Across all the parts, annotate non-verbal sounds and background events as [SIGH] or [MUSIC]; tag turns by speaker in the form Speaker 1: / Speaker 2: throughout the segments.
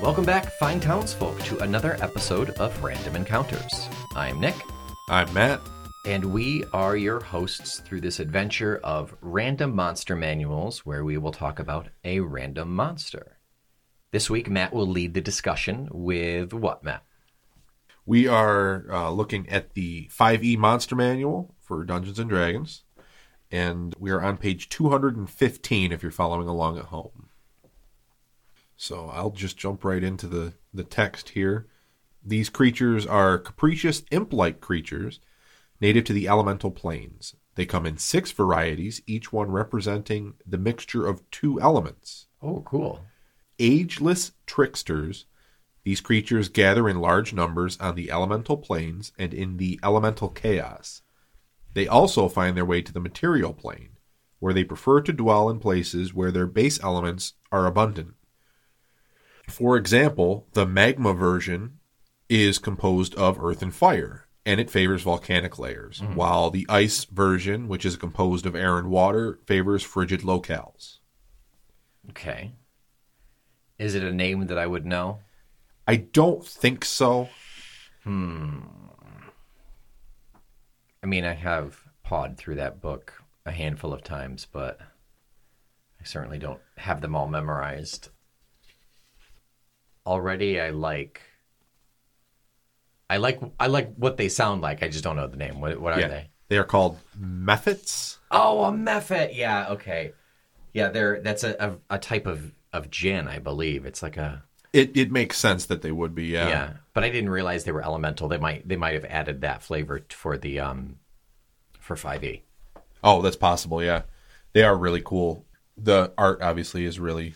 Speaker 1: Welcome back, fine townsfolk, to another episode of Random Encounters. I'm Nick,
Speaker 2: I'm Matt.
Speaker 1: and we are your hosts through this adventure of Random Monster Manuals, where we will talk about a random monster. This week, Matt will lead the discussion with what, Matt?
Speaker 2: We are uh, looking at the 5e Monster Manual for Dungeons and Dragons, and we are on page 215 if you're following along at home. So I'll just jump right into the, the text here. These creatures are capricious imp like creatures native to the elemental planes. They come in six varieties, each one representing the mixture of two elements.
Speaker 1: Oh, cool.
Speaker 2: ageless tricksters. These creatures gather in large numbers on the elemental planes and in the elemental chaos. They also find their way to the material plane, where they prefer to dwell in places where their base elements are abundant. For example, the magma version is composed of earth and fire, and it favors volcanic layers, while the ice version, which is composed of air and water, favors frigid locales.
Speaker 1: Okay. Is it a name that I would know?
Speaker 2: I don't think so.
Speaker 1: I mean, I have pawed through that book a handful of times, but I certainly don't have them all memorized. Already, I like. I like I like what they sound like. I just don't know the name. What what are
Speaker 2: yeah.
Speaker 1: they?
Speaker 2: are called methods.
Speaker 1: Oh, a mephit. Yeah. Okay. Yeah. They're that's a, a a type of of gin, I believe. It's like a
Speaker 2: It it makes sense that they would be. Yeah.
Speaker 1: yeah. But I didn't realize they were elemental. They might they might have added that flavor t- for the um for five e.
Speaker 2: Oh, that's possible. Yeah. They are really cool. The art obviously is really.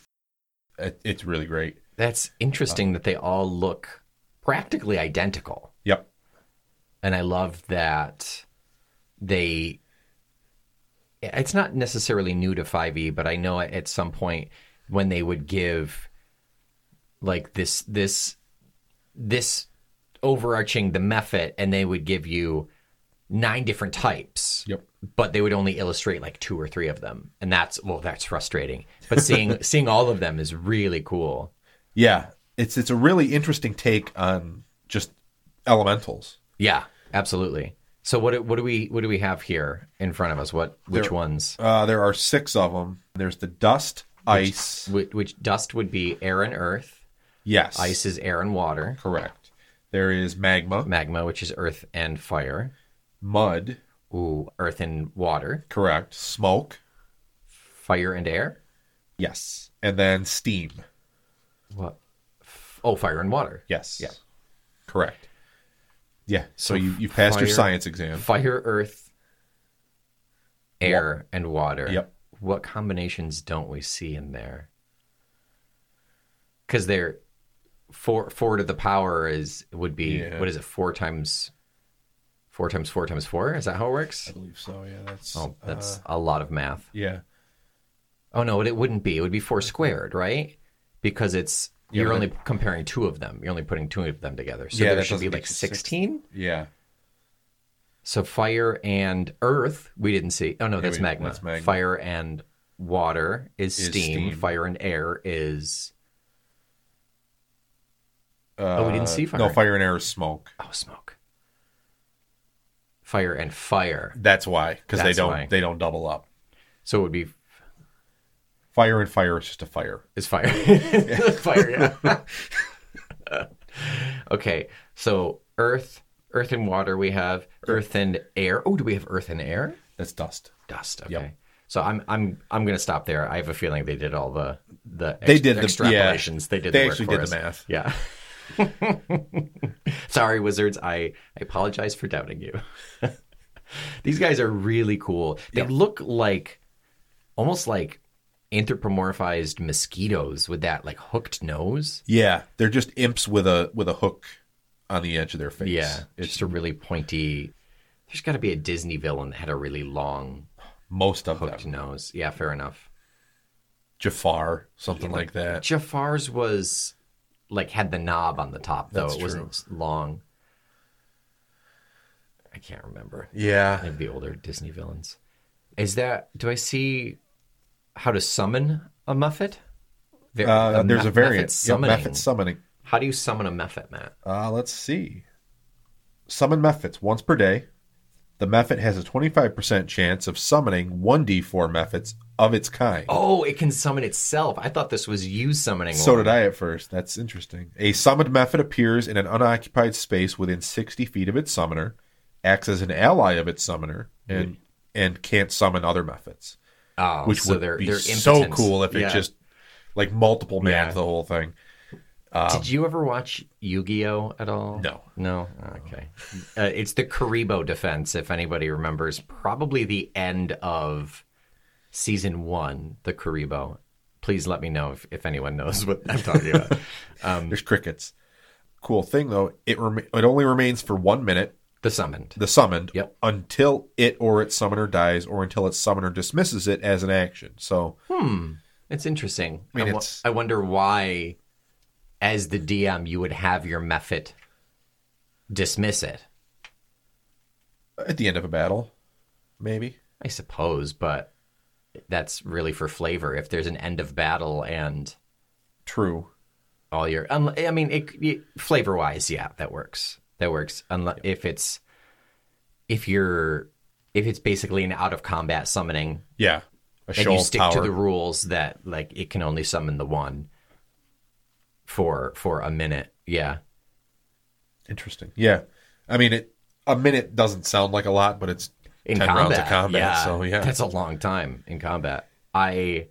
Speaker 2: It, it's really great.
Speaker 1: That's interesting that they all look practically identical.
Speaker 2: Yep.
Speaker 1: And I love that they it's not necessarily new to 5e, but I know at- at some point when they would give like this this this overarching the method and they would give you nine different types
Speaker 2: Yep.
Speaker 1: but they would only illustrate like two or three of them and that's well that's frustrating but seeing [LAUGHS] seeing all of them is really cool
Speaker 2: Yeah. It's it's a really interesting take on just elementals.
Speaker 1: Yeah, absolutely. So what do- what do we what do we have here in front of us? What which
Speaker 2: There-
Speaker 1: ones?
Speaker 2: Uh, there are six of them. There's the dust, ice.
Speaker 1: Which, which dust would be air and earth.
Speaker 2: yes.
Speaker 1: Ice is air and water.
Speaker 2: Correct. There is magma,
Speaker 1: Magma, which is earth and fire.
Speaker 2: mud.
Speaker 1: Ooh, earth and water.
Speaker 2: Correct. Smoke.
Speaker 1: Fire and air.
Speaker 2: Yes. And then steam.
Speaker 1: What? F- Oh, fire and water.
Speaker 2: Yes.
Speaker 1: Yeah.
Speaker 2: Correct. Yeah. So, you you passed your
Speaker 1: fire-
Speaker 2: science exam.
Speaker 1: Fire, earth, air, and water.
Speaker 2: Yep.
Speaker 1: What combinations don't we see in there? Because they're four four to the power is would be
Speaker 2: Yeah.
Speaker 1: what is it four times four times four times four? Is that how it works?
Speaker 2: I believe so. Yeah. That's.
Speaker 1: Oh, that's
Speaker 2: uh,
Speaker 1: a lot of math.
Speaker 2: yeah.
Speaker 1: Oh no, it, it wouldn't be. It would be four squared, right? Because it's
Speaker 2: Yeah,
Speaker 1: you're
Speaker 2: but
Speaker 1: only comparing two of them. You're only putting two of them together. So
Speaker 2: Yeah,
Speaker 1: there
Speaker 2: that
Speaker 1: should be
Speaker 2: doesn't
Speaker 1: like
Speaker 2: get you six.
Speaker 1: sixteen.
Speaker 2: Yeah.
Speaker 1: So fire and earth, we didn't see. Oh no, that's
Speaker 2: we-
Speaker 1: magma.
Speaker 2: that's magma.
Speaker 1: Fire and water is,
Speaker 2: Is
Speaker 1: steam.
Speaker 2: steam.
Speaker 1: Fire and air is
Speaker 2: Uh,
Speaker 1: Oh, we didn't see fire.
Speaker 2: No, fire and air is smoke.
Speaker 1: oh smoke. Fire and fire.
Speaker 2: That's why, because they
Speaker 1: That's
Speaker 2: don't
Speaker 1: why.
Speaker 2: they don't double up.
Speaker 1: So it would be
Speaker 2: Fire and fire is just a fire.
Speaker 1: is
Speaker 2: [LAUGHS]
Speaker 1: fire. [LAUGHS] fire. Yeah. [LAUGHS] okay. So earth, earth and water. We have earth and air. Oh, do we have earth and air?
Speaker 2: That's dust.
Speaker 1: Dust. Okay.
Speaker 2: Yep.
Speaker 1: So I'm I'm I'm gonna stop there. I have a feeling they did all the the
Speaker 2: They did the- yeah.
Speaker 1: extrapolations. They did.
Speaker 2: They
Speaker 1: the work
Speaker 2: actually
Speaker 1: for
Speaker 2: did the
Speaker 1: us.
Speaker 2: math.
Speaker 1: Yeah. Sorry, wizards. I, I apologize for doubting you. [LAUGHS] These guys are really cool. They look like almost like anthropomorphized mosquitoes with that like hooked nose.
Speaker 2: Yeah, they're just imps with a with a hook on the edge of their face.
Speaker 1: Yeah, it's
Speaker 2: it's
Speaker 1: just a really pointy. There's got to be a Disney villain that had a really long
Speaker 2: most of
Speaker 1: hooked
Speaker 2: them.
Speaker 1: nose. Yeah, fair enough.
Speaker 2: Jafar, something like that.
Speaker 1: Jafar's was like had the knob on the top though.
Speaker 2: That's
Speaker 1: it wasn't long. I can't remember.
Speaker 2: Yeah,
Speaker 1: Any of the older Disney villains. Is that do I see how to summon a Muffet? Var-
Speaker 2: Uh, there's
Speaker 1: me-
Speaker 2: a
Speaker 1: Mephit
Speaker 2: variant. Yeah,
Speaker 1: summoning.
Speaker 2: Mephit summoning.
Speaker 1: How do you summon a Mephit, Matt?
Speaker 2: Uh, let's see. Summon Mephits once per day. The Mephit has a 25% chance of summoning 1d4 Mephits of its kind.
Speaker 1: Oh, it can summon itself. I thought this was you summoning.
Speaker 2: So
Speaker 1: one.
Speaker 2: did I at first. That's interesting. A summoned method appears in an unoccupied space within 60 feet of its summoner, acts as an ally of its summoner, and and can't summon other methods,
Speaker 1: Oh,
Speaker 2: which
Speaker 1: so
Speaker 2: would
Speaker 1: they're,
Speaker 2: be
Speaker 1: they're
Speaker 2: so
Speaker 1: impotence.
Speaker 2: cool if
Speaker 1: Yeah.
Speaker 2: it just like multiple man
Speaker 1: Yeah.
Speaker 2: the whole thing.
Speaker 1: Did you ever watch Yu-Gi-Oh at all?
Speaker 2: Um, No.
Speaker 1: No. Okay. Uh, it's the Karibo defense, if anybody remembers. Probably the end of season one, the Karibo. Please let me know if, if anyone knows what I'm talking
Speaker 2: [LAUGHS]
Speaker 1: about. Um,
Speaker 2: There's crickets. Cool thing though, it rem- it only remains for one minute.
Speaker 1: the summoned.
Speaker 2: The summoned
Speaker 1: Yep.
Speaker 2: until it or its summoner dies, or until its summoner dismisses it as an action. So
Speaker 1: It's interesting. I,
Speaker 2: mean,
Speaker 1: wo-
Speaker 2: it's-
Speaker 1: I wonder why, as the DM, you would have your method dismiss it.
Speaker 2: at the end of a battle, maybe.
Speaker 1: I suppose, but that's really for flavor. If there's an end of battle and
Speaker 2: True.
Speaker 1: all your, unle- I mean, it, flavor wise, yeah, that works. That works. Unless if it's if you're if it's basically an out of combat summoning,
Speaker 2: Yeah. A
Speaker 1: and
Speaker 2: show
Speaker 1: you
Speaker 2: of
Speaker 1: stick
Speaker 2: power.
Speaker 1: to the rules that like it can only summon the one for for a minute. Yeah,
Speaker 2: Interesting. Yeah. I mean, it a minute doesn't sound like a lot, but it's
Speaker 1: in
Speaker 2: 10
Speaker 1: combat.
Speaker 2: rounds of combat.
Speaker 1: Yeah,
Speaker 2: So, yeah.
Speaker 1: that's a long time in combat. I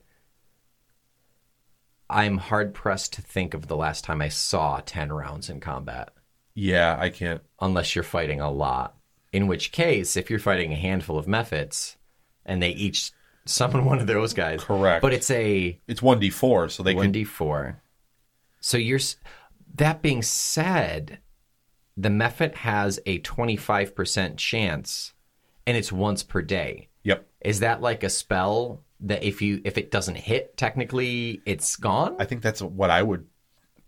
Speaker 1: I'm hard pressed to think of the last time I saw ten rounds in combat,
Speaker 2: yeah, I can't.
Speaker 1: unless you're fighting a lot. In which case, if you're fighting a handful of methods, and they each summon one of those guys,
Speaker 2: Correct.
Speaker 1: But it's a
Speaker 2: It's 1d4, so they
Speaker 1: one
Speaker 2: can.
Speaker 1: d four. So you're. s- That being said, the method has a twenty five percent chance, and it's once per day.
Speaker 2: Yep.
Speaker 1: Is that like a spell that if you if it doesn't hit technically it's gone?
Speaker 2: I think that's what I would,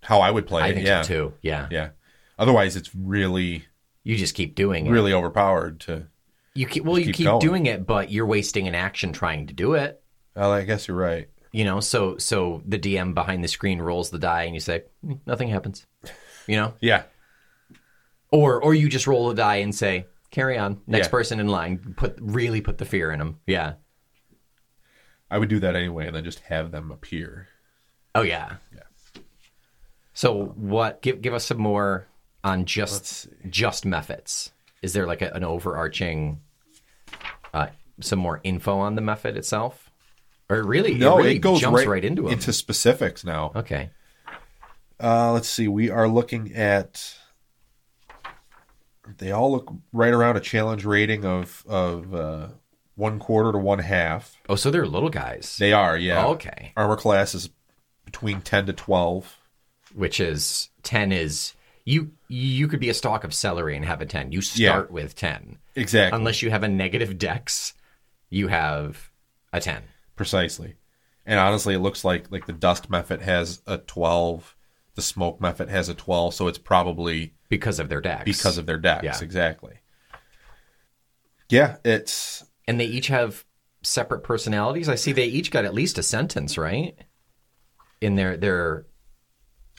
Speaker 2: how I would play
Speaker 1: I
Speaker 2: it.
Speaker 1: think
Speaker 2: yeah.
Speaker 1: so too. Yeah.
Speaker 2: Yeah. Otherwise, it's really,
Speaker 1: You just keep doing it.
Speaker 2: really overpowered to.
Speaker 1: You keep well you
Speaker 2: keep
Speaker 1: keep
Speaker 2: going.
Speaker 1: doing it but you're wasting an action trying to do it,
Speaker 2: Well, I guess you're right.
Speaker 1: you know? So so the DM behind the screen rolls the die and you say "Mm, nothing happens. You know?
Speaker 2: Yeah.
Speaker 1: Or or you just roll the die and say carry on. Next
Speaker 2: Yeah.
Speaker 1: person in line put really put the fear in them. Yeah.
Speaker 2: I would do that anyway and then just have them appear.
Speaker 1: Oh yeah. Yeah. So what? Give give us some more on just just methods. Is there like a, an overarching, uh, some more info on the method itself, or really?
Speaker 2: No, it,
Speaker 1: really
Speaker 2: goes
Speaker 1: jumps
Speaker 2: right,
Speaker 1: right, into it.
Speaker 2: Into specifics now.
Speaker 1: okay.
Speaker 2: Uh, let's see. We are looking at. They all look right around a challenge rating of of uh, one quarter to one half.
Speaker 1: Oh, so they're little guys.
Speaker 2: They are, yeah.
Speaker 1: Oh, Okay.
Speaker 2: Armor class is between ten to twelve.
Speaker 1: Which is ten is you you could be a stalk of celery and have a ten. You
Speaker 2: Yeah.
Speaker 1: start with ten
Speaker 2: Exactly.
Speaker 1: unless you have a negative dex. You have a ten.
Speaker 2: Precisely. And honestly, it looks like like the dust method has a twelve, the smoke method has a twelve, so it's probably
Speaker 1: Because of their dex.
Speaker 2: because of their decks.
Speaker 1: Yeah.
Speaker 2: Exactly. Yeah, it's
Speaker 1: and they each have separate personalities. I see they each got at least a sentence, right? In their their,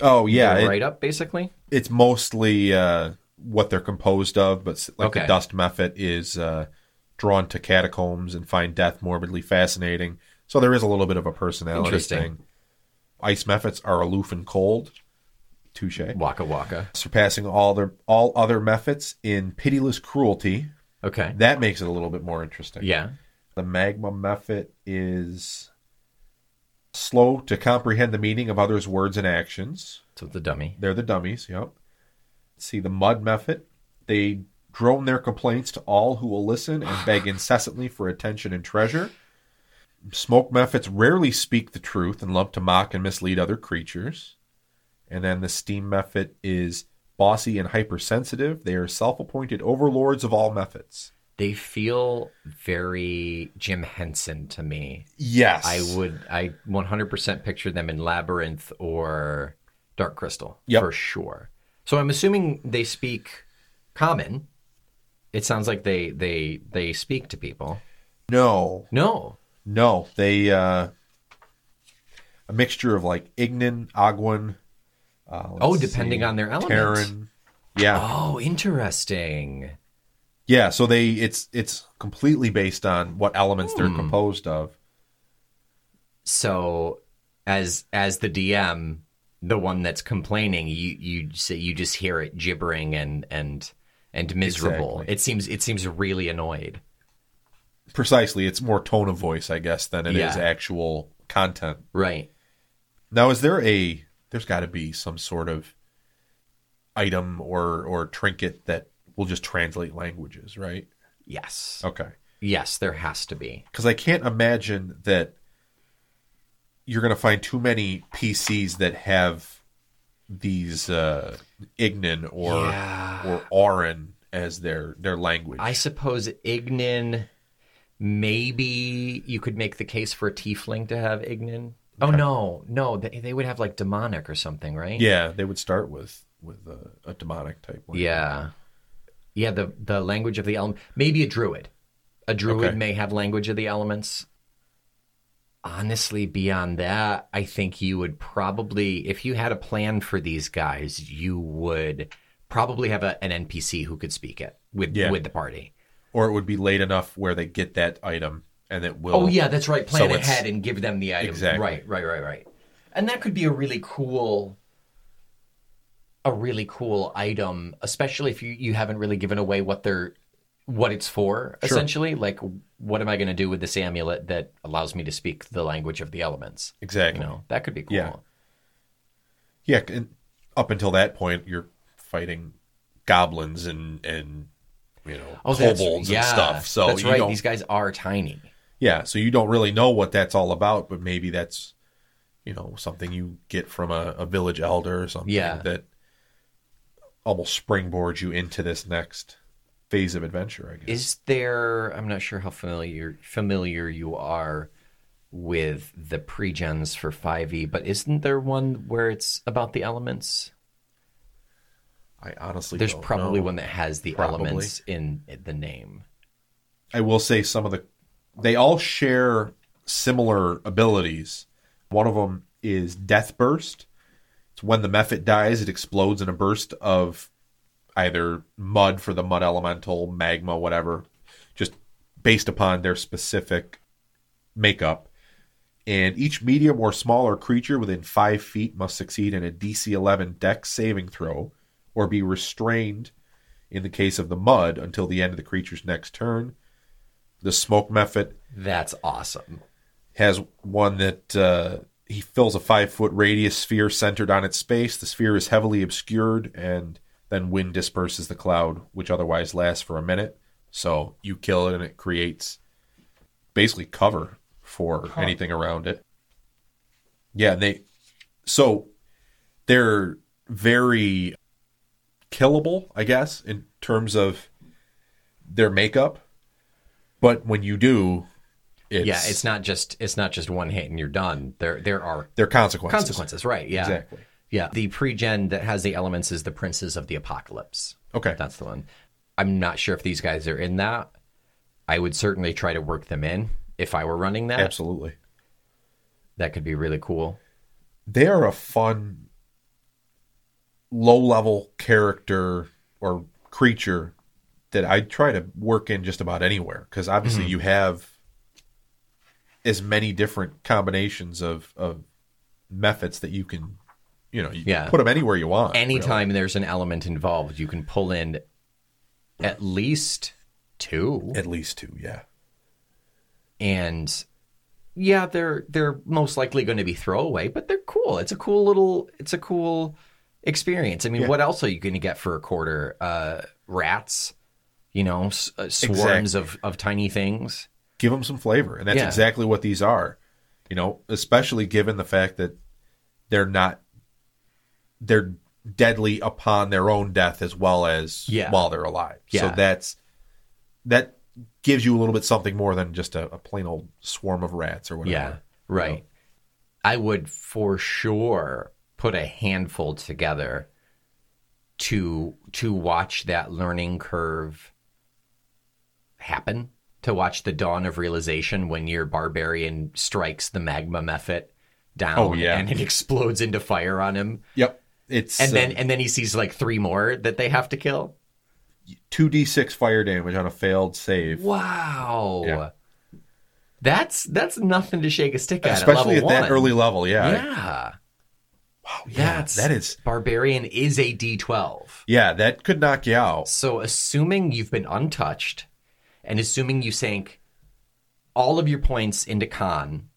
Speaker 2: oh yeah, it-
Speaker 1: write up, basically.
Speaker 2: it's mostly uh, what they're composed of, but s- like the
Speaker 1: Okay.
Speaker 2: dust method is uh, drawn to catacombs and find death morbidly fascinating. So there is a little bit of a personality
Speaker 1: Interesting.
Speaker 2: thing. Ice methods are aloof and cold. Touche.
Speaker 1: Waka waka.
Speaker 2: Surpassing all their all other methods in pitiless cruelty.
Speaker 1: Okay.
Speaker 2: That makes it a little bit more interesting.
Speaker 1: Yeah.
Speaker 2: The magma method is slow to comprehend the meaning of others' words and actions.
Speaker 1: So the dummy.
Speaker 2: They're the dummies, yep. See the mud method. They drone their complaints to all who will
Speaker 1: [SIGHS]
Speaker 2: listen and beg incessantly for attention and treasure. Smoke methods rarely speak the truth and love to mock and mislead other creatures. And then the steam method is bossy and hypersensitive. They are self appointed overlords of all methods.
Speaker 1: They feel very Jim Henson to me.
Speaker 2: Yes.
Speaker 1: I would I 100% picture them in Labyrinth or Dark Crystal
Speaker 2: Yep.
Speaker 1: for sure. So I'm assuming they speak common. It sounds like they they they speak to people.
Speaker 2: No.
Speaker 1: No.
Speaker 2: No. They uh a mixture of like Ignan, Agwan. Uh,
Speaker 1: Oh,
Speaker 2: let's
Speaker 1: depending
Speaker 2: see,
Speaker 1: on their element.
Speaker 2: Terran. Yeah,
Speaker 1: Oh, interesting.
Speaker 2: yeah. So they it's it's completely based on what elements they're
Speaker 1: Hmm.
Speaker 2: composed of.
Speaker 1: So, as as the DM, the one that's complaining, you you say you just hear it gibbering and and and miserable.
Speaker 2: Exactly.
Speaker 1: It seems it seems really annoyed.
Speaker 2: Precisely, it's more tone of voice, I guess, than it is
Speaker 1: Yeah.
Speaker 2: actual content.
Speaker 1: Right.
Speaker 2: Now, is there a? There's got to be some sort of item or or trinket that will just translate languages, right?
Speaker 1: Yes.
Speaker 2: Okay,
Speaker 1: Yes, there has to be.
Speaker 2: because I can't imagine that you're going to find too many PCs that have these uh, Ignan or
Speaker 1: Yeah.
Speaker 2: or Auron as their their language.
Speaker 1: I suppose Ignan. Maybe you could make the case for a tiefling to have Ignan. Oh no, no, they, they would have like demonic or something, right?
Speaker 2: yeah, they would start with with a, a demonic type. language.
Speaker 1: Yeah. Yeah, the the language of the element. Maybe a druid. A druid
Speaker 2: Okay.
Speaker 1: may have language of the elements. Honestly, beyond that, I think you would probably if you had a plan for these guys, you would probably have a, an NPC who could speak it with
Speaker 2: Yeah.
Speaker 1: with the party.
Speaker 2: or it would be late enough where they get that item and it will.
Speaker 1: Oh yeah, that's right. Plan
Speaker 2: So it's-
Speaker 1: ahead and give them the item.
Speaker 2: Exactly.
Speaker 1: Right, right, right, right. And that could be a really cool a really cool item, especially if you, you haven't really given away what they're what it's for, essentially. Like what am I gonna do with this amulet that allows me to speak the language of the elements? You
Speaker 2: exactly.
Speaker 1: know, that could be cool.
Speaker 2: Yeah. Yeah, and up until that point, you're fighting goblins and and you know
Speaker 1: Oh, that's,
Speaker 2: kobolds
Speaker 1: yeah,
Speaker 2: and stuff. So
Speaker 1: that's
Speaker 2: you
Speaker 1: right.
Speaker 2: don't,
Speaker 1: These guys are tiny.
Speaker 2: yeah, so you don't really know what that's all about, but maybe that's you know something you get from a, a village elder or something
Speaker 1: Yeah.
Speaker 2: that almost springboards you into this next phase of adventure. I guess
Speaker 1: Is there? I'm not sure how familiar familiar you are with the pregens for 5e, but isn't there one where it's about the elements?
Speaker 2: I honestly
Speaker 1: There's
Speaker 2: don't
Speaker 1: probably
Speaker 2: know.
Speaker 1: one that has the
Speaker 2: Probably.
Speaker 1: elements in the name.
Speaker 2: I will say some of the they all share similar abilities. One of them is death burst. It's when the mephit dies, it explodes in a burst of either mud for the mud elemental, magma, whatever, just based upon their specific makeup. And each medium or smaller creature within five feet must succeed in a DC 11 dex saving throw or be restrained in the case of the mud until the end of the creature's next turn. The smoke method
Speaker 1: That's awesome.
Speaker 2: has one that uh, he fills a five foot radius sphere centered on its space. The sphere is heavily obscured, and then wind disperses the cloud, which otherwise lasts for a minute. So you kill it, and it creates basically cover for anything around it. Yeah, and they so they're very killable, I guess, in terms of their makeup. But when you do, it's,
Speaker 1: yeah, it's not just it's not just one hit and you're done. There there are
Speaker 2: their consequences.
Speaker 1: consequences, right? Yeah,
Speaker 2: Exactly.
Speaker 1: Yeah, the pregen that has the elements is the princes of the apocalypse.
Speaker 2: Okay.
Speaker 1: That's the one. I'm not sure if these guys are in that. I would certainly try to work them in if I were running that.
Speaker 2: Absolutely.
Speaker 1: That could be really cool.
Speaker 2: They are a fun low level character or creature that I try to work in just about anywhere because obviously
Speaker 1: Mm-hmm.
Speaker 2: you have as many different combinations of, of methods that you can, you know, you
Speaker 1: Yeah.
Speaker 2: put them anywhere you want. really.
Speaker 1: Anytime there's an element involved, you can pull in at least two.
Speaker 2: At least two, yeah.
Speaker 1: And yeah, they're they're most likely going to be throwaway, but they're cool. It's a cool little it's a cool experience. I mean, what else are you going to get for a quarter? Uh rats, you know, s- uh, swarms of of tiny things.
Speaker 2: give them some flavor and that's
Speaker 1: Yeah.
Speaker 2: exactly what these are you know especially given the fact that they're not they're deadly upon their own death as well as
Speaker 1: Yeah.
Speaker 2: while they're alive so
Speaker 1: Yeah.
Speaker 2: that's that gives you a little bit something more than just a, a plain old swarm of rats or whatever
Speaker 1: Yeah, right. I would for sure put a handful together to to watch that learning curve happen, to watch the dawn of realization when your barbarian strikes the magma method down
Speaker 2: Oh, yeah.
Speaker 1: and it explodes into fire on him.
Speaker 2: Yep. It's uh,
Speaker 1: And then and then he sees like three more that they have to kill.
Speaker 2: two d six fire damage on a failed save,
Speaker 1: Wow.
Speaker 2: Yeah.
Speaker 1: That's that's nothing to shake a stick at.
Speaker 2: especially
Speaker 1: at,
Speaker 2: at
Speaker 1: level
Speaker 2: that
Speaker 1: one.
Speaker 2: early level. Yeah,
Speaker 1: Yeah.
Speaker 2: Wow, yeah,
Speaker 1: That's
Speaker 2: that is
Speaker 1: Barbarian is a D twelve.
Speaker 2: yeah, that could knock you out.
Speaker 1: So assuming you've been untouched and assuming you sank all of your points into con,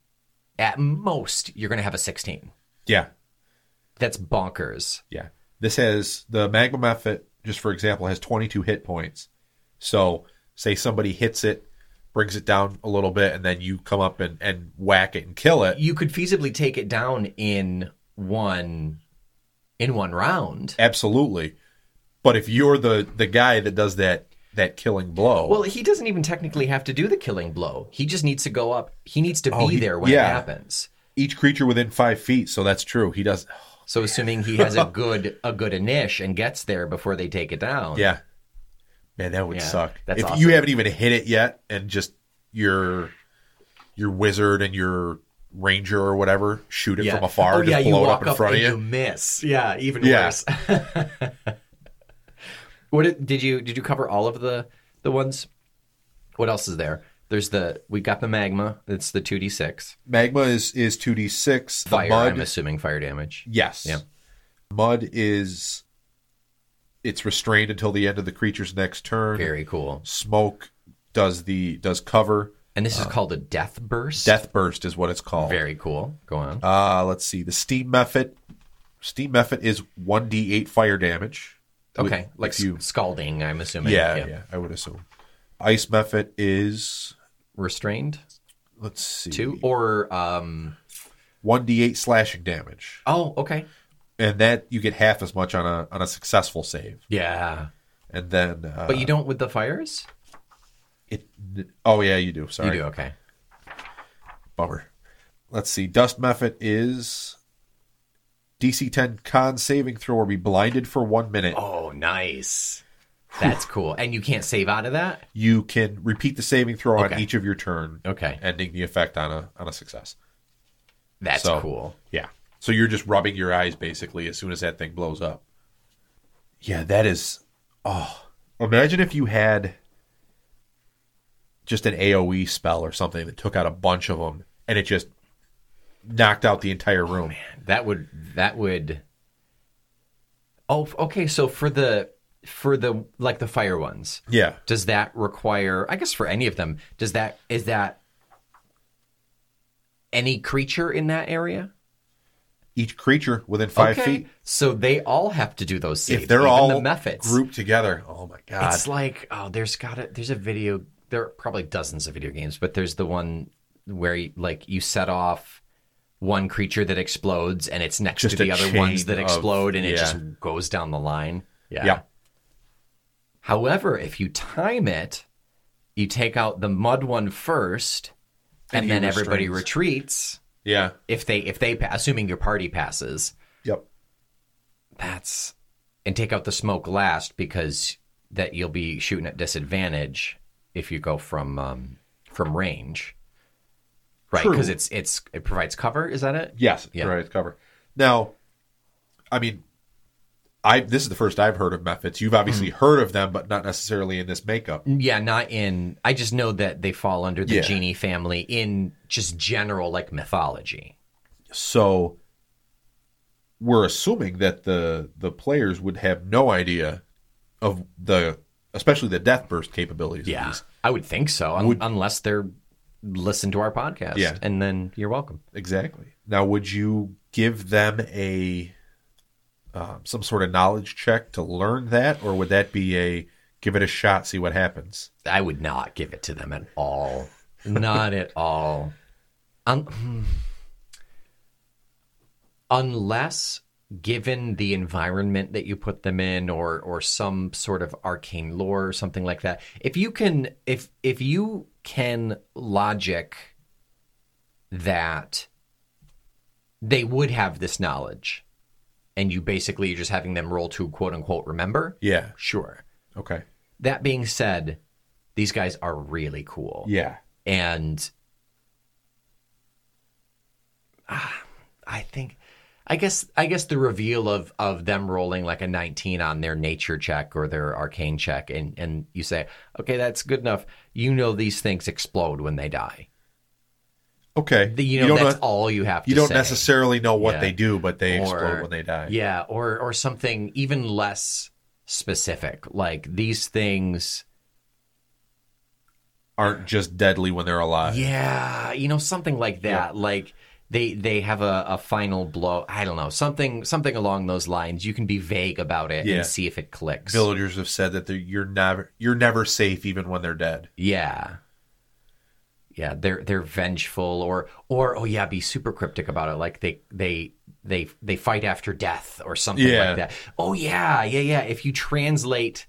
Speaker 1: at most you're gonna have a sixteen.
Speaker 2: Yeah,
Speaker 1: That's bonkers.
Speaker 2: yeah. This has the magma method, just for example, has twenty two hit points. So say somebody hits it, brings it down a little bit, and then you come up and, and whack it and kill it.
Speaker 1: You could feasibly take it down in one in one round.
Speaker 2: Absolutely. But if you're the the guy that does that that killing blow,
Speaker 1: Well, he doesn't even technically have to do the killing blow. He just needs to go up. He needs to be
Speaker 2: Oh, he-
Speaker 1: there when
Speaker 2: yeah.
Speaker 1: it happens.
Speaker 2: each creature within five feet. So that's true. He does. [SIGHS]
Speaker 1: So assuming he has a good a good inish and gets there before they take it down.
Speaker 2: [LAUGHS] Yeah. Man, that would
Speaker 1: Yeah,
Speaker 2: suck.
Speaker 1: that's
Speaker 2: if you
Speaker 1: awesome.
Speaker 2: haven't even hit it yet, and just your your wizard and your ranger or whatever shoot it
Speaker 1: Yeah.
Speaker 2: from afar,
Speaker 1: Oh,
Speaker 2: and
Speaker 1: yeah,
Speaker 2: just
Speaker 1: you
Speaker 2: blow it
Speaker 1: walk
Speaker 2: up in front of
Speaker 1: and
Speaker 2: you.
Speaker 1: miss. Yeah, even
Speaker 2: Yeah.
Speaker 1: worse. [LAUGHS] what did, did you did you cover all of the the ones? What else is there? There's the we got the magma. It's the two d six
Speaker 2: Magma is is two d six. The
Speaker 1: fire.
Speaker 2: mud,
Speaker 1: I'm assuming fire damage.
Speaker 2: yes.
Speaker 1: Yeah.
Speaker 2: Mud is it's restrained until the end of the creature's next turn.
Speaker 1: Very cool.
Speaker 2: Smoke does the does cover.
Speaker 1: And this is called a death burst.
Speaker 2: Uh, Death burst is what it's called.
Speaker 1: Very cool. Go on.
Speaker 2: Uh, let's see. The steam method. Steam method is one d eight fire damage.
Speaker 1: Okay,
Speaker 2: If
Speaker 1: like
Speaker 2: you-
Speaker 1: s- scalding. I'm assuming.
Speaker 2: Yeah, yeah, I would assume. Ice method is
Speaker 1: Restrained
Speaker 2: let's see,
Speaker 1: too, or um.
Speaker 2: one d eight slashing damage,
Speaker 1: Oh, okay.
Speaker 2: and that you get half as much on a on a successful save,
Speaker 1: Yeah,
Speaker 2: and then uh,
Speaker 1: but you don't with the fires.
Speaker 2: it. Oh yeah, you do. Sorry,
Speaker 1: You do okay.
Speaker 2: bummer. Let's see. Dust method is DC ten con saving throw or be blinded for one minute.
Speaker 1: Oh, nice. That's cool. And you can't save out of that?
Speaker 2: You can repeat the saving throw on
Speaker 1: Okay.
Speaker 2: each of your turn,
Speaker 1: Okay.
Speaker 2: ending the effect on a on a success.
Speaker 1: That's
Speaker 2: So-
Speaker 1: cool.
Speaker 2: Yeah. So you're just rubbing your eyes basically as soon as that thing blows up. Yeah, that is oh imagine if you had just an AoE spell or something that took out a bunch of them and it just knocked out the entire room.
Speaker 1: That would that would Oh, f- okay, so for the for the like the fire ones,
Speaker 2: Yeah.
Speaker 1: does that require I guess for any of them, does that is that any creature in that area?
Speaker 2: Each creature within 5
Speaker 1: Okay,
Speaker 2: feet
Speaker 1: So they all have to do those saves.
Speaker 2: if they're
Speaker 1: even
Speaker 2: all
Speaker 1: the methods.
Speaker 2: grouped together. Oh my god.
Speaker 1: It's like oh, there's got to there's a video. There are probably dozens of video games, but there's the one where you, like you set off one creature that explodes, and it's next
Speaker 2: Just
Speaker 1: to the
Speaker 2: a
Speaker 1: other ones
Speaker 2: chain
Speaker 1: that
Speaker 2: of-
Speaker 1: explode, and it
Speaker 2: yeah.
Speaker 1: just goes down the line. Yeah.
Speaker 2: Yeah.
Speaker 1: However, if you time it, you take out the mud one first, and,
Speaker 2: And he
Speaker 1: then everybody
Speaker 2: restrains.
Speaker 1: retreats.
Speaker 2: Yeah.
Speaker 1: If they if they pa- assuming your party passes,
Speaker 2: Yep.
Speaker 1: that's and take out the smoke last because that you'll be shooting at disadvantage if you go from um, from range, right?
Speaker 2: True.
Speaker 1: Because it's it's it provides cover. Is that it?
Speaker 2: Yes,
Speaker 1: Yeah.
Speaker 2: right. It's cover. Now, I mean, I this is the first I've heard of methods. You've obviously
Speaker 1: Mm-hmm.
Speaker 2: heard of them, but not necessarily in this makeup.
Speaker 1: Yeah, not in. I just know that they fall under the
Speaker 2: Yeah.
Speaker 1: genie family in just general like mythology.
Speaker 2: So, we're assuming that the the players would have no idea of the, especially the death burst capabilities. of
Speaker 1: Yeah,
Speaker 2: these.
Speaker 1: I would think so, un- unless they're listen to our podcast.
Speaker 2: Yeah.
Speaker 1: and then you're welcome.
Speaker 2: exactly. Now, would you give them a um, some sort of knowledge check to learn that, or would that be a give it a shot, see what happens?
Speaker 1: I would not give it to them at all. [LAUGHS] Not at all. Un- hmm. Unless given the environment that you put them in or or some sort of arcane lore or something like that. If you can if if you can logic that they would have this knowledge and you basically you're just having them roll to quote unquote remember,
Speaker 2: Yeah.
Speaker 1: sure.
Speaker 2: Okay.
Speaker 1: That being said, these guys are really cool.
Speaker 2: Yeah.
Speaker 1: And ah, think I guess I guess the reveal of of them rolling like a 19 on their nature check or their arcane check and and you say, "Okay, that's good enough. You know these things explode when they die."
Speaker 2: Okay.
Speaker 1: The- you know
Speaker 2: don't,
Speaker 1: that's
Speaker 2: ne-
Speaker 1: all you have to
Speaker 2: you don't
Speaker 1: say.
Speaker 2: necessarily know what
Speaker 1: Yeah.
Speaker 2: they do, but they
Speaker 1: Or-
Speaker 2: explode when they die.
Speaker 1: Yeah, or or something even less specific. Like these things
Speaker 2: Aren't just deadly when they're alive.
Speaker 1: Yeah, you know something like that. Like they they have a, a final blow. I don't know something something along those lines. You can be vague about it
Speaker 2: Yeah.
Speaker 1: and see if it clicks.
Speaker 2: Villagers have said that they're- you're never you're never safe even when they're dead.
Speaker 1: Yeah, yeah. They're they're vengeful or or oh yeah, be super cryptic about it. Like they they they they fight after death or something
Speaker 2: Yeah.
Speaker 1: like that. Oh yeah, yeah yeah. If you translate.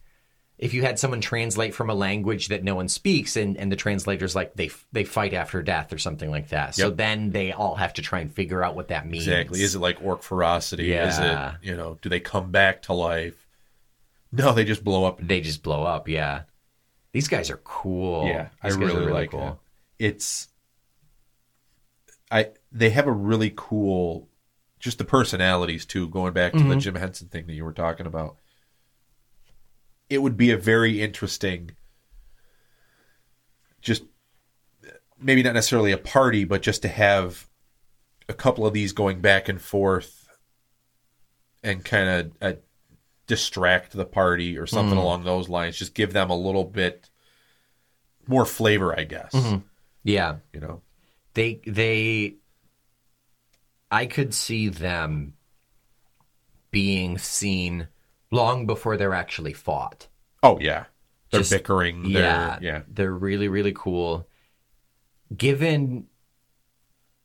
Speaker 1: If you had someone translate from a language that no one speaks, and, and the translator's like they f- they fight after death or something like that, so
Speaker 2: Yep.
Speaker 1: then they all have to try and figure out what that means.
Speaker 2: Exactly. Is it like orc ferocity? Is
Speaker 1: Yeah.
Speaker 2: it you know? Do they come back to life? No, they just blow up.
Speaker 1: they just blow up. Yeah, these guys are cool.
Speaker 2: yeah, I
Speaker 1: These guys
Speaker 2: really,
Speaker 1: are
Speaker 2: like it. It's I they have a really cool just the personalities too. Going back to the
Speaker 1: Mhm.
Speaker 2: Jim Henson thing that you were talking about, it would be a very interesting. Just maybe not necessarily a party, but just to have a couple of these going back and forth and kind of uh, distract the party or something
Speaker 1: Hmm.
Speaker 2: along those lines. Just give them a little bit more flavor, I guess.
Speaker 1: Mm-hmm. Yeah,
Speaker 2: You know,
Speaker 1: they they. I could see them being seen long before they're actually fought.
Speaker 2: oh yeah, they're
Speaker 1: Just-
Speaker 2: bickering.
Speaker 1: yeah,
Speaker 2: they're, yeah,
Speaker 1: they're really really cool. Given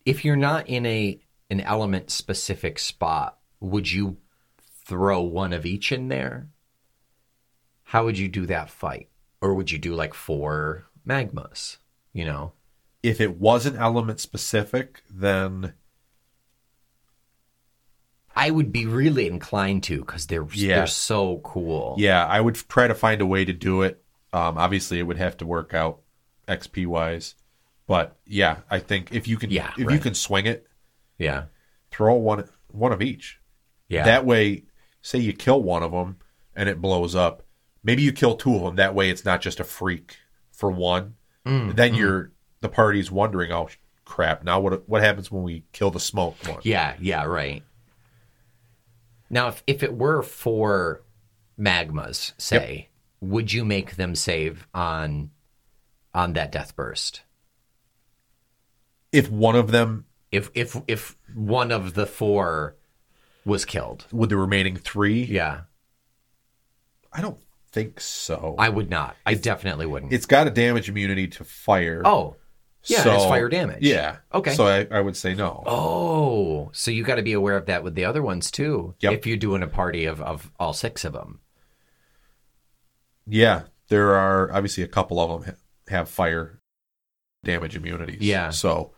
Speaker 1: if you're not in a an element specific spot, would you throw one of each in there? How would you do that fight? Or would you do like four magmas? You know?
Speaker 2: If it wasn't element specific, then
Speaker 1: I would be really inclined to because they're
Speaker 2: Yeah.
Speaker 1: they're so cool.
Speaker 2: yeah, I would try to find a way to do it. Um, obviously, it would have to work out XP wise, but yeah, I think if you can,
Speaker 1: Yeah,
Speaker 2: if you
Speaker 1: right.
Speaker 2: can swing it,
Speaker 1: Yeah.
Speaker 2: throw one one of each.
Speaker 1: Yeah.
Speaker 2: That way, say you kill one of them and it blows up. Maybe you kill two of them. That way, it's not just a freak for one.
Speaker 1: Mm,
Speaker 2: then you're the party's wondering, oh crap! Now what what happens when we kill the smoked one?
Speaker 1: Yeah, yeah, right. Now, if, if it were four magmas, say, would you make them save on on that death burst?
Speaker 2: If one of them,
Speaker 1: If if if one of the four was killed,
Speaker 2: with the remaining three,
Speaker 1: yeah,
Speaker 2: I don't think so.
Speaker 1: I would not. I definitely wouldn't.
Speaker 2: it's got a damage immunity to fire.
Speaker 1: oh, yeah, and it's
Speaker 2: so-
Speaker 1: fire damage.
Speaker 2: Yeah.
Speaker 1: Okay.
Speaker 2: So I, I would say no.
Speaker 1: Oh, so you got to be aware of that with the other ones too.
Speaker 2: Yep.
Speaker 1: If you're doing a party of of all six of them,
Speaker 2: Yeah, there are obviously a couple of them ha- have fire damage immunities.
Speaker 1: Yeah.
Speaker 2: So,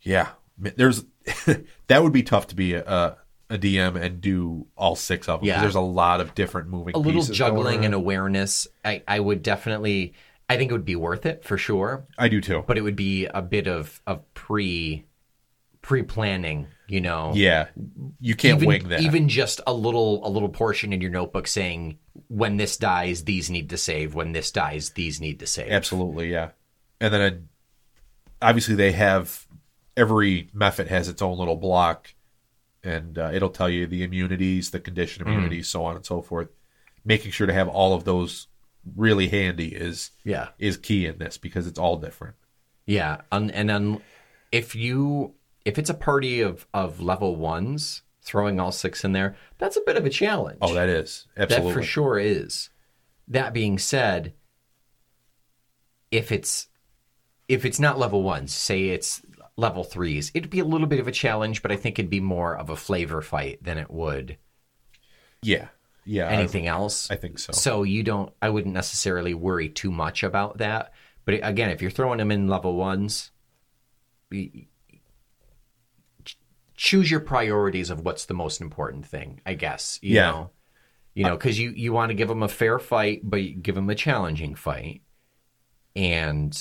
Speaker 2: yeah, m- there's [LAUGHS] that would be tough to be a, a, a DM and do all six of them. 'cause
Speaker 1: Yeah.
Speaker 2: There's a lot of different moving.
Speaker 1: a little
Speaker 2: pieces going
Speaker 1: juggling and
Speaker 2: on.
Speaker 1: awareness. I I would definitely. I think it would be worth it for sure.
Speaker 2: I do too.
Speaker 1: but it would be a bit of of pre pre planning, you know.
Speaker 2: yeah, you can't
Speaker 1: even,
Speaker 2: wing that.
Speaker 1: Even just a little a little portion in your notebook saying when this dies, these need to save. When this dies, these need to save.
Speaker 2: Absolutely, yeah. And then I, obviously they have every method has its own little block, and uh, it'll tell you the immunities, the condition
Speaker 1: Mm-hmm.
Speaker 2: immunities, so on and so forth. Making sure to have all of those really handy is
Speaker 1: Yeah.
Speaker 2: is key in this because it's all different.
Speaker 1: Yeah, un, and un, if you if it's a party of of level ones, throwing all six in there, that's a bit of a challenge.
Speaker 2: Oh, that is
Speaker 1: That
Speaker 2: absolutely
Speaker 1: for sure is. That being said, if it's if it's not level ones, say it's level threes, it'd be a little bit of a challenge, but I think it'd be more of a flavor fight than it would
Speaker 2: yeah, yeah. I-
Speaker 1: anything else.
Speaker 2: Uh, I, think so.
Speaker 1: So you don't. I wouldn't necessarily worry too much about that. But again, if you're throwing them in level ones, y- ch- choose your priorities of what's the most important thing. I guess you
Speaker 2: Yeah.
Speaker 1: know, you know, because you you want to give them a fair fight, but you give them a challenging fight, and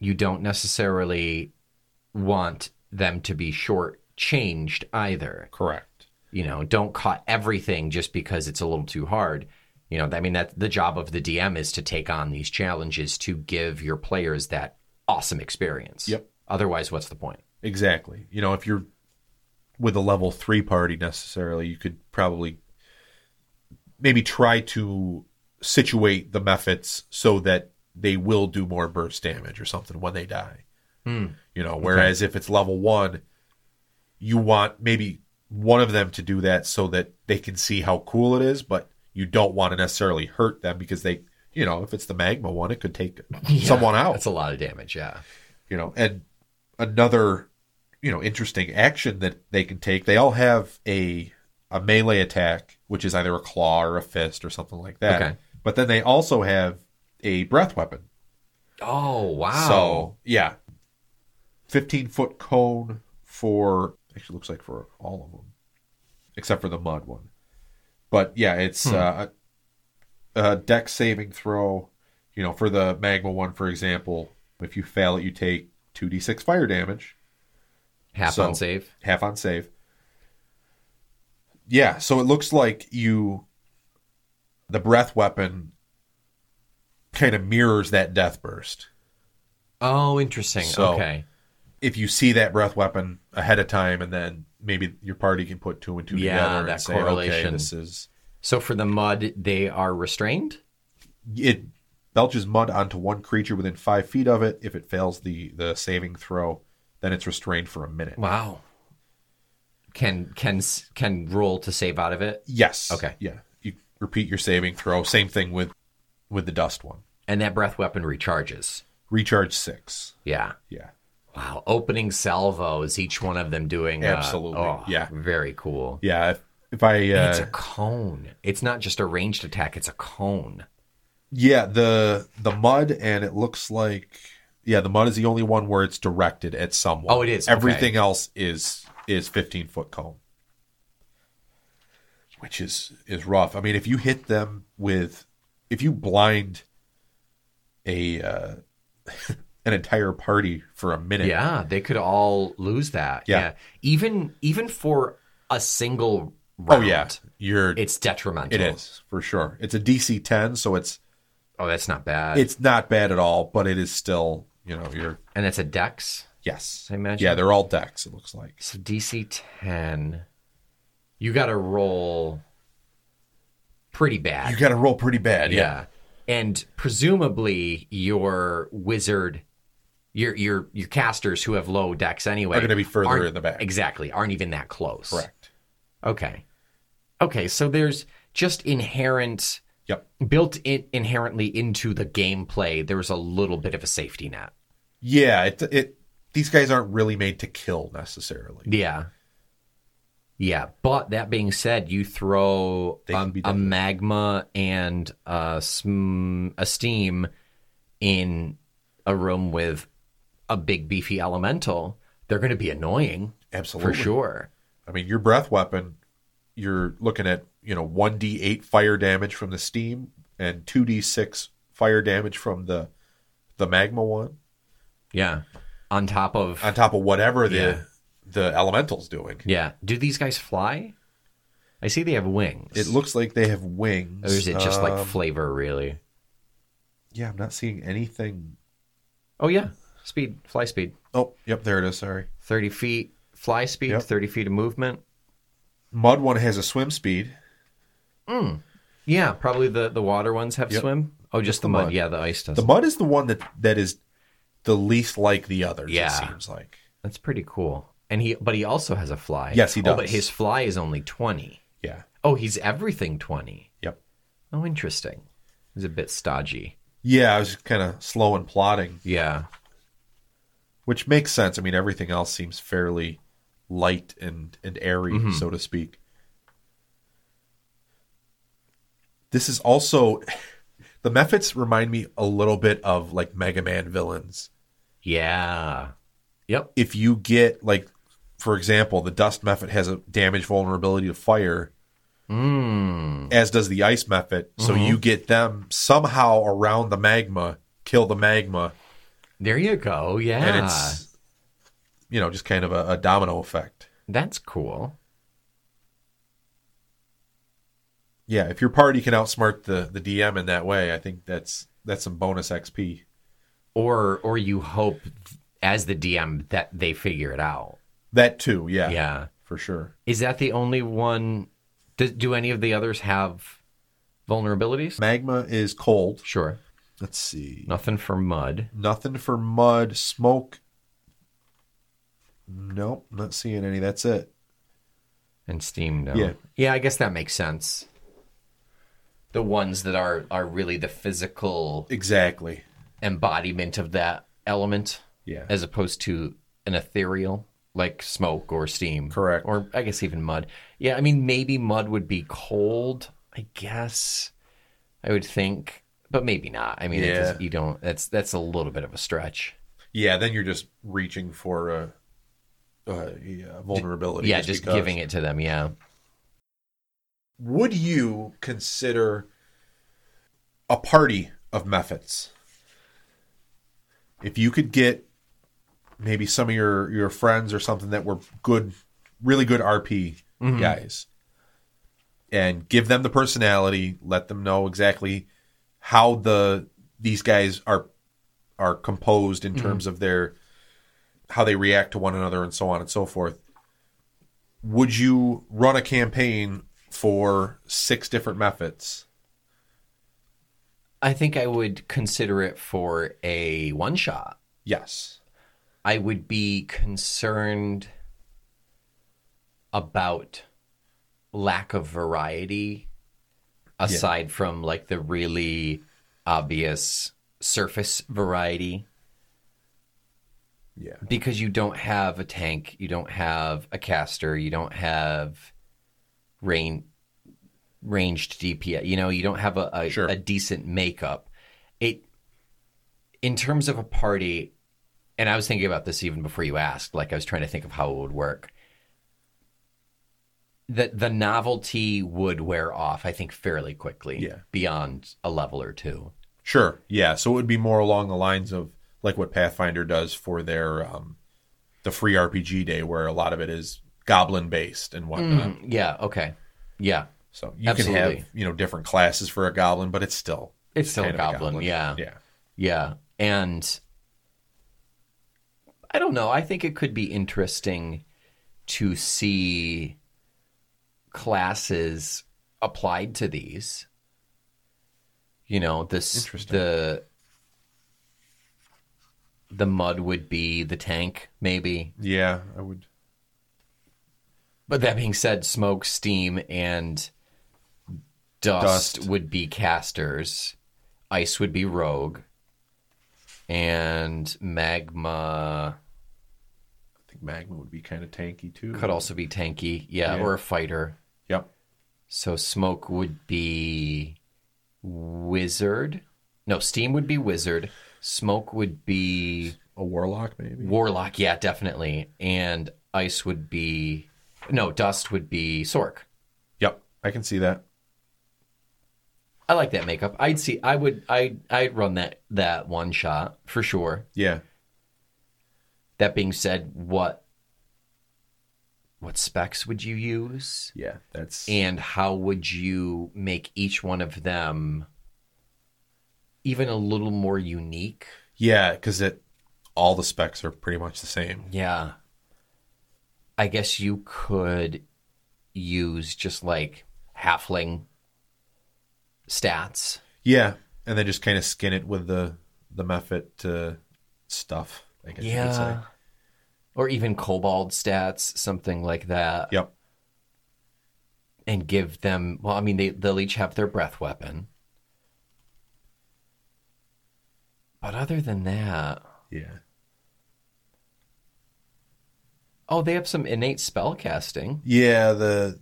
Speaker 1: you don't necessarily want them to be short changed either.
Speaker 2: Correct.
Speaker 1: You know, don't cut everything just because it's a little too hard. You know, I mean that the job of the DM is to take on these challenges to give your players that awesome experience.
Speaker 2: Yep.
Speaker 1: Otherwise, what's the [LAUGHS] point?
Speaker 2: Exactly. You know, if you're with a level three party necessarily, you could probably maybe try to situate the methods so that they will do more burst damage or something when they die. You know, whereas if it's level one, you want maybe one of them to do that so that they can see how cool it is, but you don't want to necessarily hurt them because they, you know, if it's the magma one, it could take someone out
Speaker 1: That's a lot of damage. Yeah.
Speaker 2: you know and another you know interesting action that they can take they all have a a melee attack which is either a claw or a fist or something like that
Speaker 1: Okay.
Speaker 2: but then they also have a breath weapon
Speaker 1: Oh wow.
Speaker 2: so yeah 15 foot cone for actually looks like for all of them except for the mud one but yeah it's uh, a, a deck saving throw you know for the magma one for example if you fail it you take 2d6 fire damage
Speaker 1: half
Speaker 2: so-
Speaker 1: on save.
Speaker 2: half on save. Yeah, so it looks like you the breath weapon kind of mirrors that death burst.
Speaker 1: Oh, interesting.
Speaker 2: So-
Speaker 1: okay.
Speaker 2: If you see that breath weapon ahead of time and then maybe your party can put two and two
Speaker 1: Yeah,
Speaker 2: together
Speaker 1: that
Speaker 2: and say, okay,
Speaker 1: correlation.
Speaker 2: this is
Speaker 1: So for the mud, they are restrained.
Speaker 2: it belches mud onto one creature within five feet of it. If it fails the the saving throw, then it's restrained for a minute.
Speaker 1: Wow. Can can can roll to save out of it,
Speaker 2: Yes.
Speaker 1: Okay.
Speaker 2: Yeah. You repeat your saving throw. Same thing with with the dust one.
Speaker 1: and that breath weapon recharges.
Speaker 2: Recharge six.
Speaker 1: Yeah.
Speaker 2: Yeah.
Speaker 1: Wow. Opening salvos. Each one of them doing uh,
Speaker 2: Absolutely.
Speaker 1: oh,
Speaker 2: Yeah.
Speaker 1: Very cool.
Speaker 2: Yeah. If, if I,
Speaker 1: And
Speaker 2: uh,
Speaker 1: It's a cone. It's not just a ranged attack. It's a cone.
Speaker 2: yeah, the, the mud and it looks like, yeah, the mud is the only one where it's directed at someone.
Speaker 1: Oh, it is, okay.
Speaker 2: Everything else is, is 15 foot cone, which is, is rough. I mean, if you hit them with, if you blind a, uh, [LAUGHS] an entire party for a minute.
Speaker 1: Yeah. They could all lose that.
Speaker 2: Yeah.
Speaker 1: Even even for a single
Speaker 2: Oh
Speaker 1: round.
Speaker 2: yeah. You're, it's,
Speaker 1: It's detrimental.
Speaker 2: for sure. It's a DC 10. So it's,
Speaker 1: Oh, that's not bad.
Speaker 2: it's not bad at all, but it is still, you know, you're,
Speaker 1: and it's a dex.
Speaker 2: Yes.
Speaker 1: I imagine.
Speaker 2: Yeah, they're all decks, it looks like.
Speaker 1: So DC 10. You got to roll pretty bad.
Speaker 2: You got to roll pretty bad. Yeah.
Speaker 1: yeah. And presumably your wizard your your your casters who have low decks anyway
Speaker 2: Are gonna be further
Speaker 1: aren't-
Speaker 2: in the back.
Speaker 1: Exactly. Aren't even that close.
Speaker 2: Correct.
Speaker 1: Okay. Okay, so there's just inherent
Speaker 2: Yep.
Speaker 1: built in, inherently into the gameplay there's a little bit of a safety net.
Speaker 2: Yeah, it, it these guys aren't really made to kill necessarily.
Speaker 1: Yeah. Yeah, but that being said, you throw
Speaker 2: They can
Speaker 1: a,
Speaker 2: be
Speaker 1: a
Speaker 2: deadly.
Speaker 1: magma and a, sm- a steam in a room with a big beefy elemental, they're going to be annoying
Speaker 2: Absolutely.
Speaker 1: for sure.
Speaker 2: I mean, your breath weapon, you're looking at, you know, 1d8 fire damage from the steam and 2d6 fire damage from the the magma one
Speaker 1: Yeah. On top of
Speaker 2: on top of whatever the
Speaker 1: Yeah.
Speaker 2: the elemental's doing.
Speaker 1: yeah, do these guys fly? I see they have wings.
Speaker 2: It looks like they have wings.
Speaker 1: or is it just
Speaker 2: Um,
Speaker 1: like flavor really?
Speaker 2: Yeah, I'm not seeing anything.
Speaker 1: Oh yeah, speed, fly speed,
Speaker 2: Oh, yep, there it is. Sorry.
Speaker 1: thirty feet, fly speed,
Speaker 2: Yep.
Speaker 1: thirty feet of movement.
Speaker 2: Mud one has a swim speed.
Speaker 1: Yeah, probably the the water ones have
Speaker 2: Yep.
Speaker 1: swim. Oh, just, the
Speaker 2: the
Speaker 1: mud.
Speaker 2: mud.
Speaker 1: Yeah, the ice does.
Speaker 2: The mud is the one that that is the least like the others.
Speaker 1: Yeah.
Speaker 2: It seems like
Speaker 1: That's pretty cool. And he, but he also has a fly.
Speaker 2: Yes, he
Speaker 1: Oh, but
Speaker 2: does.
Speaker 1: his fly is only twenty.
Speaker 2: yeah,
Speaker 1: Oh, he's everything twenty.
Speaker 2: yep,
Speaker 1: Oh, interesting. He's a bit stodgy.
Speaker 2: yeah. I was kind of slow and plotting,
Speaker 1: Yeah,
Speaker 2: which makes sense. I mean, everything else seems fairly light and and airy, so to speak. This is also [SIGHS] the methods remind me a little bit of like Mega Man villains.
Speaker 1: yeah, yep.
Speaker 2: if you get like for example the dust method has a damage vulnerability to fire
Speaker 1: Mm.
Speaker 2: as does the ice method so you get them somehow around the magma kill the magma
Speaker 1: There you go. Yeah,
Speaker 2: and it's you know, just kind of a, a domino effect.
Speaker 1: That's cool.
Speaker 2: Yeah, if your party can outsmart the the DM in that way, I think that's that's some bonus XP.
Speaker 1: Or or you hope as the DM that they figure it out.
Speaker 2: That too, yeah,
Speaker 1: Yeah.
Speaker 2: for sure.
Speaker 1: Is that the only one? Do, do any of the others have vulnerabilities?
Speaker 2: Magma is cold.
Speaker 1: Sure.
Speaker 2: Let's see.
Speaker 1: Nothing for mud.
Speaker 2: Nothing for mud, smoke. Nope, not seeing any. That's it.
Speaker 1: And steam, no.
Speaker 2: Yeah.
Speaker 1: Yeah, I guess that makes sense. The ones that are are really the physical
Speaker 2: Exactly.
Speaker 1: embodiment of that element,
Speaker 2: Yeah.
Speaker 1: as opposed to an ethereal like smoke or steam.
Speaker 2: Correct.
Speaker 1: Or I guess even mud. Yeah, I mean maybe mud would be cold. I guess I would think, but maybe not. I mean, it
Speaker 2: Yeah.
Speaker 1: just- you don't. That's that's a little bit of a stretch.
Speaker 2: yeah, then you're just reaching for a, a, yeah, vulnerability.
Speaker 1: yeah, just
Speaker 2: because.
Speaker 1: giving it to them. Yeah.
Speaker 2: Would you consider a party of methods? If you could get maybe some of your your friends or something that were good, really good RP
Speaker 1: Mm-hmm.
Speaker 2: guys, and give them the personality, let them know exactly how the these guys are are composed in terms of their how they react to one another and so on and so forth would you run a campaign for six different methods?
Speaker 1: I think I would consider it for a one shot.
Speaker 2: Yes.
Speaker 1: I would be concerned about lack of variety aside from like the really obvious surface variety
Speaker 2: Yeah.
Speaker 1: because you don't have a tank, you don't have a caster, you don't have rain ranged DPS. You know, you don't have a a,
Speaker 2: Sure.
Speaker 1: a decent makeup. It in terms of a party, and I was thinking about this even before you asked. Like I was trying to think of how it would work. The the novelty would wear off, I think, fairly quickly.
Speaker 2: Yeah.
Speaker 1: Beyond a level or two.
Speaker 2: Sure. Yeah. So it would be more along the lines of like what Pathfinder does for their um, the free RPG day, where a lot of it is goblin based and whatnot.
Speaker 1: Mm, yeah. Okay. Yeah.
Speaker 2: So you can
Speaker 1: Absolutely.
Speaker 2: have you know different classes for a goblin, but it's still
Speaker 1: It's still a
Speaker 2: kind of
Speaker 1: goblin. Yeah.
Speaker 2: Yeah.
Speaker 1: Yeah. And I don't know. I think it could be interesting to see classes applied to these. You know, this
Speaker 2: Interesting.
Speaker 1: the the mud would be the tank, maybe.
Speaker 2: Yeah. I would.
Speaker 1: But that being said, smoke, steam, and dust,
Speaker 2: Dust.
Speaker 1: would be casters. Ice would be rogue. And magma
Speaker 2: I think magma would be kind of tanky too.
Speaker 1: could also be tanky. Yeah,
Speaker 2: Yeah.
Speaker 1: or a fighter.
Speaker 2: Yep.
Speaker 1: So smoke would be wizard. No, steam would be wizard. Smoke would be
Speaker 2: A warlock maybe.
Speaker 1: warlock. Yeah, definitely. And ice would be. No, dust would be sork.
Speaker 2: yep. I can see that.
Speaker 1: I like that makeup. I'd see. I would. I. I'd run that that one shot for sure.
Speaker 2: Yeah.
Speaker 1: That being said, what what specs would you use,
Speaker 2: Yeah. That's
Speaker 1: and how would you make each one of them even a little more unique?
Speaker 2: Yeah, because it all the specs are pretty much the same.
Speaker 1: Yeah. I guess you could use just like halfling stats.
Speaker 2: Yeah, and then just kind of skin it with the the method uh, stuff. I guess you could say.
Speaker 1: Yeah. Or even kobold stats, something like that.
Speaker 2: Yep.
Speaker 1: and give them well i mean they, they'll each have their breath weapon but other than that
Speaker 2: Yeah.
Speaker 1: oh they have some innate spell casting
Speaker 2: Yeah. The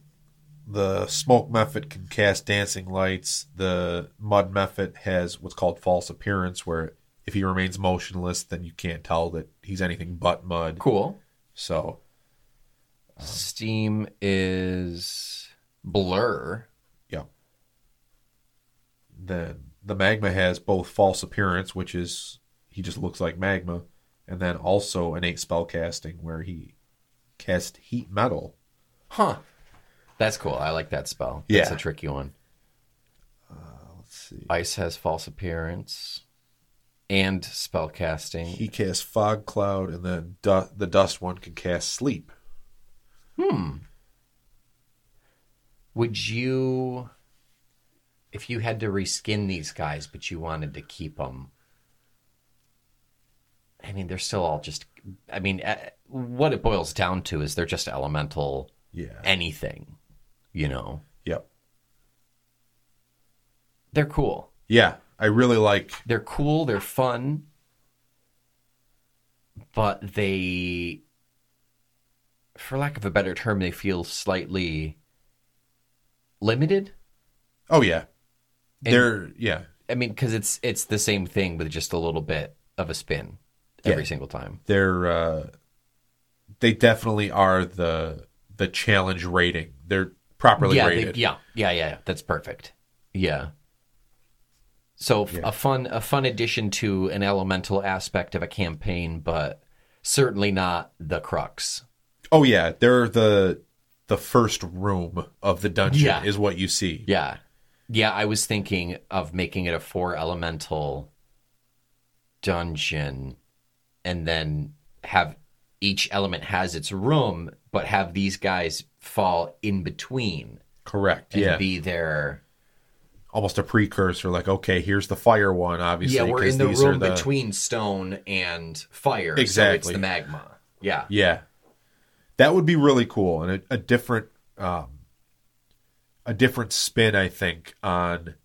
Speaker 2: the smoke method can cast dancing lights. The mud method has what's called false appearance, where if he remains motionless, then you can't tell that he's anything but mud.
Speaker 1: cool
Speaker 2: So
Speaker 1: steam is blur
Speaker 2: Yeah. Then the magma has both false appearance, which is he just looks like magma, and then also innate spell casting where he cast heat metal.
Speaker 1: Huh. That's cool. I like that spell. That's
Speaker 2: Yeah.
Speaker 1: a tricky one.
Speaker 2: Oh, Let's see.
Speaker 1: Ice has false appearance and spell casting.
Speaker 2: He casts fog cloud, and then du- the dust one can cast sleep.
Speaker 1: Would you, if you had to reskin these guys, but you wanted to keep them? I mean, they're still all just. I mean, eh, what it boils down to is they're just elemental
Speaker 2: Yeah.
Speaker 1: anything, you know?
Speaker 2: yep.
Speaker 1: They're cool.
Speaker 2: Yeah, I really like.
Speaker 1: They're cool. They're fun. But they, for lack of a better term, they feel slightly limited.
Speaker 2: Oh yeah,
Speaker 1: And-
Speaker 2: they're yeah.
Speaker 1: I mean, because it's it's the same thing with just a little bit of a spin every
Speaker 2: Yeah.
Speaker 1: single time.
Speaker 2: they're uh, they definitely are the the challenge rating. They're properly
Speaker 1: yeah, they-
Speaker 2: rated.
Speaker 1: yeah, yeah, yeah, yeah. That's perfect. Yeah. So f- a fun a fun addition to an elemental aspect of a campaign, but certainly not the crux.
Speaker 2: Oh yeah, they're the the first room of the dungeon
Speaker 1: Yeah.
Speaker 2: is what you see.
Speaker 1: Yeah, yeah. I was thinking of making it a four elemental dungeon, and then have each element has its room, but have these guys fall in between.
Speaker 2: Correct.
Speaker 1: and
Speaker 2: Yeah,
Speaker 1: be there.
Speaker 2: almost a precursor. Like okay, here's the fire one. Obviously,
Speaker 1: Yeah, we're
Speaker 2: 'cause
Speaker 1: in the
Speaker 2: these are
Speaker 1: room between stone and fire. So
Speaker 2: Exactly.
Speaker 1: it's the magma. Yeah.
Speaker 2: Yeah, that would be really cool and a, a different um, a different spin, I think, on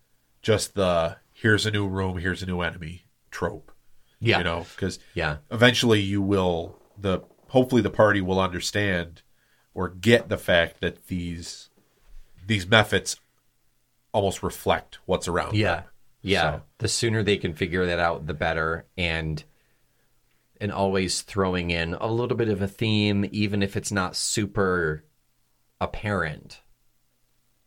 Speaker 2: just the here's a new room, here's a new enemy trope.
Speaker 1: Yeah.
Speaker 2: You know, because
Speaker 1: Yeah.
Speaker 2: eventually you will the hopefully the party will understand or get the fact that these these methods almost reflect what's around
Speaker 1: Yeah.
Speaker 2: them.
Speaker 1: Yeah.
Speaker 2: So-
Speaker 1: The sooner they can figure that out, the better. And and always throwing in a little bit of a theme, even if it's not super apparent.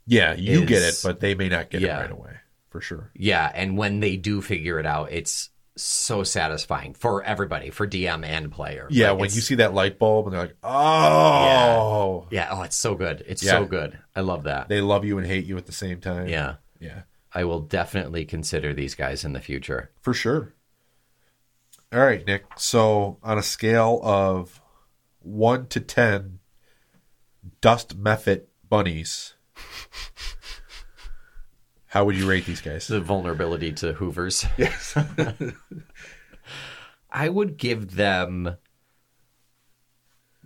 Speaker 2: yeah you get it
Speaker 1: Is-
Speaker 2: but they may not get
Speaker 1: Yeah.
Speaker 2: it right away for sure
Speaker 1: Yeah. And when they do figure it out, it's so satisfying for everybody, for DM and player.
Speaker 2: yeah
Speaker 1: Like,
Speaker 2: when
Speaker 1: it's-
Speaker 2: you see that light bulb and they're like oh
Speaker 1: Yeah. Oh, it's so good. It's
Speaker 2: Yeah.
Speaker 1: so good. I love that.
Speaker 2: they love you and hate you at the same time
Speaker 1: yeah.
Speaker 2: yeah
Speaker 1: I will definitely consider these guys in the future.
Speaker 2: for sure all right nick so on a scale of 1 to 10 dust method bunnies how would you rate these guys
Speaker 1: The vulnerability to Hoovers.
Speaker 2: Yes.
Speaker 1: [LAUGHS] I would give them.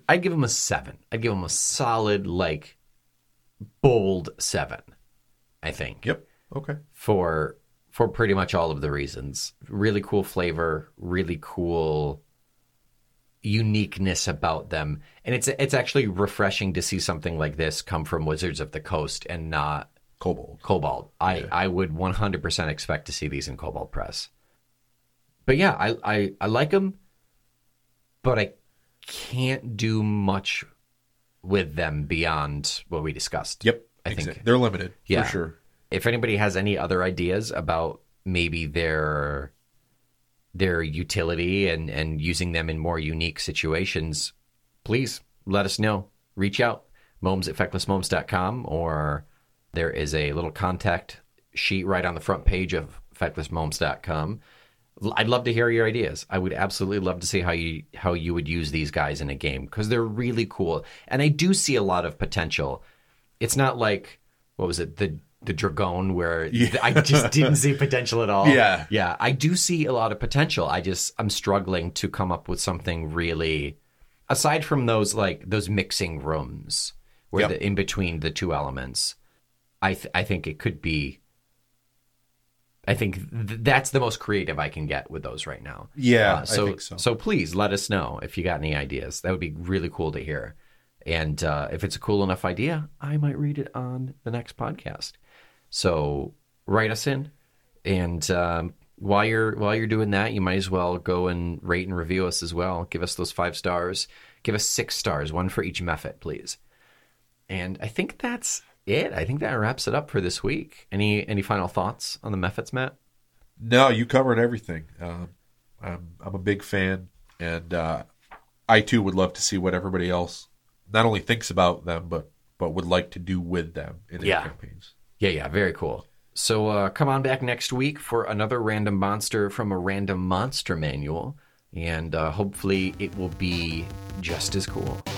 Speaker 1: I'd give them a seven. I'd give them a solid, like, bold seven. I think
Speaker 2: Yep. Okay.
Speaker 1: for for pretty much all of the reasons. Really cool flavor. Really cool uniqueness about them, and it's it's actually refreshing to see something like this come from Wizards of the Coast and not
Speaker 2: Kobold.
Speaker 1: Cobalt. I, I would 100% expect to see these in Cobalt Press. But yeah, I, I, I like them, but I can't do much with them beyond what we discussed.
Speaker 2: Yep.
Speaker 1: I think-
Speaker 2: Exact- they're limited.
Speaker 1: Yeah.
Speaker 2: For sure.
Speaker 1: If anybody has any other ideas about maybe their their utility and, and using them in more unique situations, please let us know. Reach out, momes at fecklessmomes.com, or there is a little contact sheet right on the front page of fecklessmomes.com. L- I'd love to hear your ideas. I would absolutely love to see how you how you would use these guys in a game because they're really cool, and I do see a lot of potential. It's not like what was it the the dragon
Speaker 2: [LAUGHS]
Speaker 1: where I just didn't see potential at all.
Speaker 2: Yeah.
Speaker 1: yeah, I do see a lot of potential. I just I'm struggling to come up with something really aside from those like those mixing rooms where
Speaker 2: Yep.
Speaker 1: the in between the two elements. I th- I think it could be. I think th- that's the most creative I can get with those right now.
Speaker 2: Yeah,
Speaker 1: Uh, so,
Speaker 2: I think so.
Speaker 1: please let us know if you got any ideas. That would be really cool to hear. And uh, if it's a cool enough idea, I might read it on the next podcast. So write us in, and um, while you're while you're doing that, you might as well go and rate and review us as well. Give us those five stars. Give us six stars, one for each method, please. And I think that's it. I think that wraps it up for this week. Any any final thoughts on the methods, Matt?
Speaker 2: No, you covered everything. Um, I'm, I'm a big fan. and uh, I too would love to see what everybody else not only thinks about them, but but would like to do with them in their
Speaker 1: Yeah.
Speaker 2: campaigns.
Speaker 1: Yeah, yeah, very cool. So uh, come on back next week for another random monster from a random monster manual, and uh, hopefully it will be just as cool.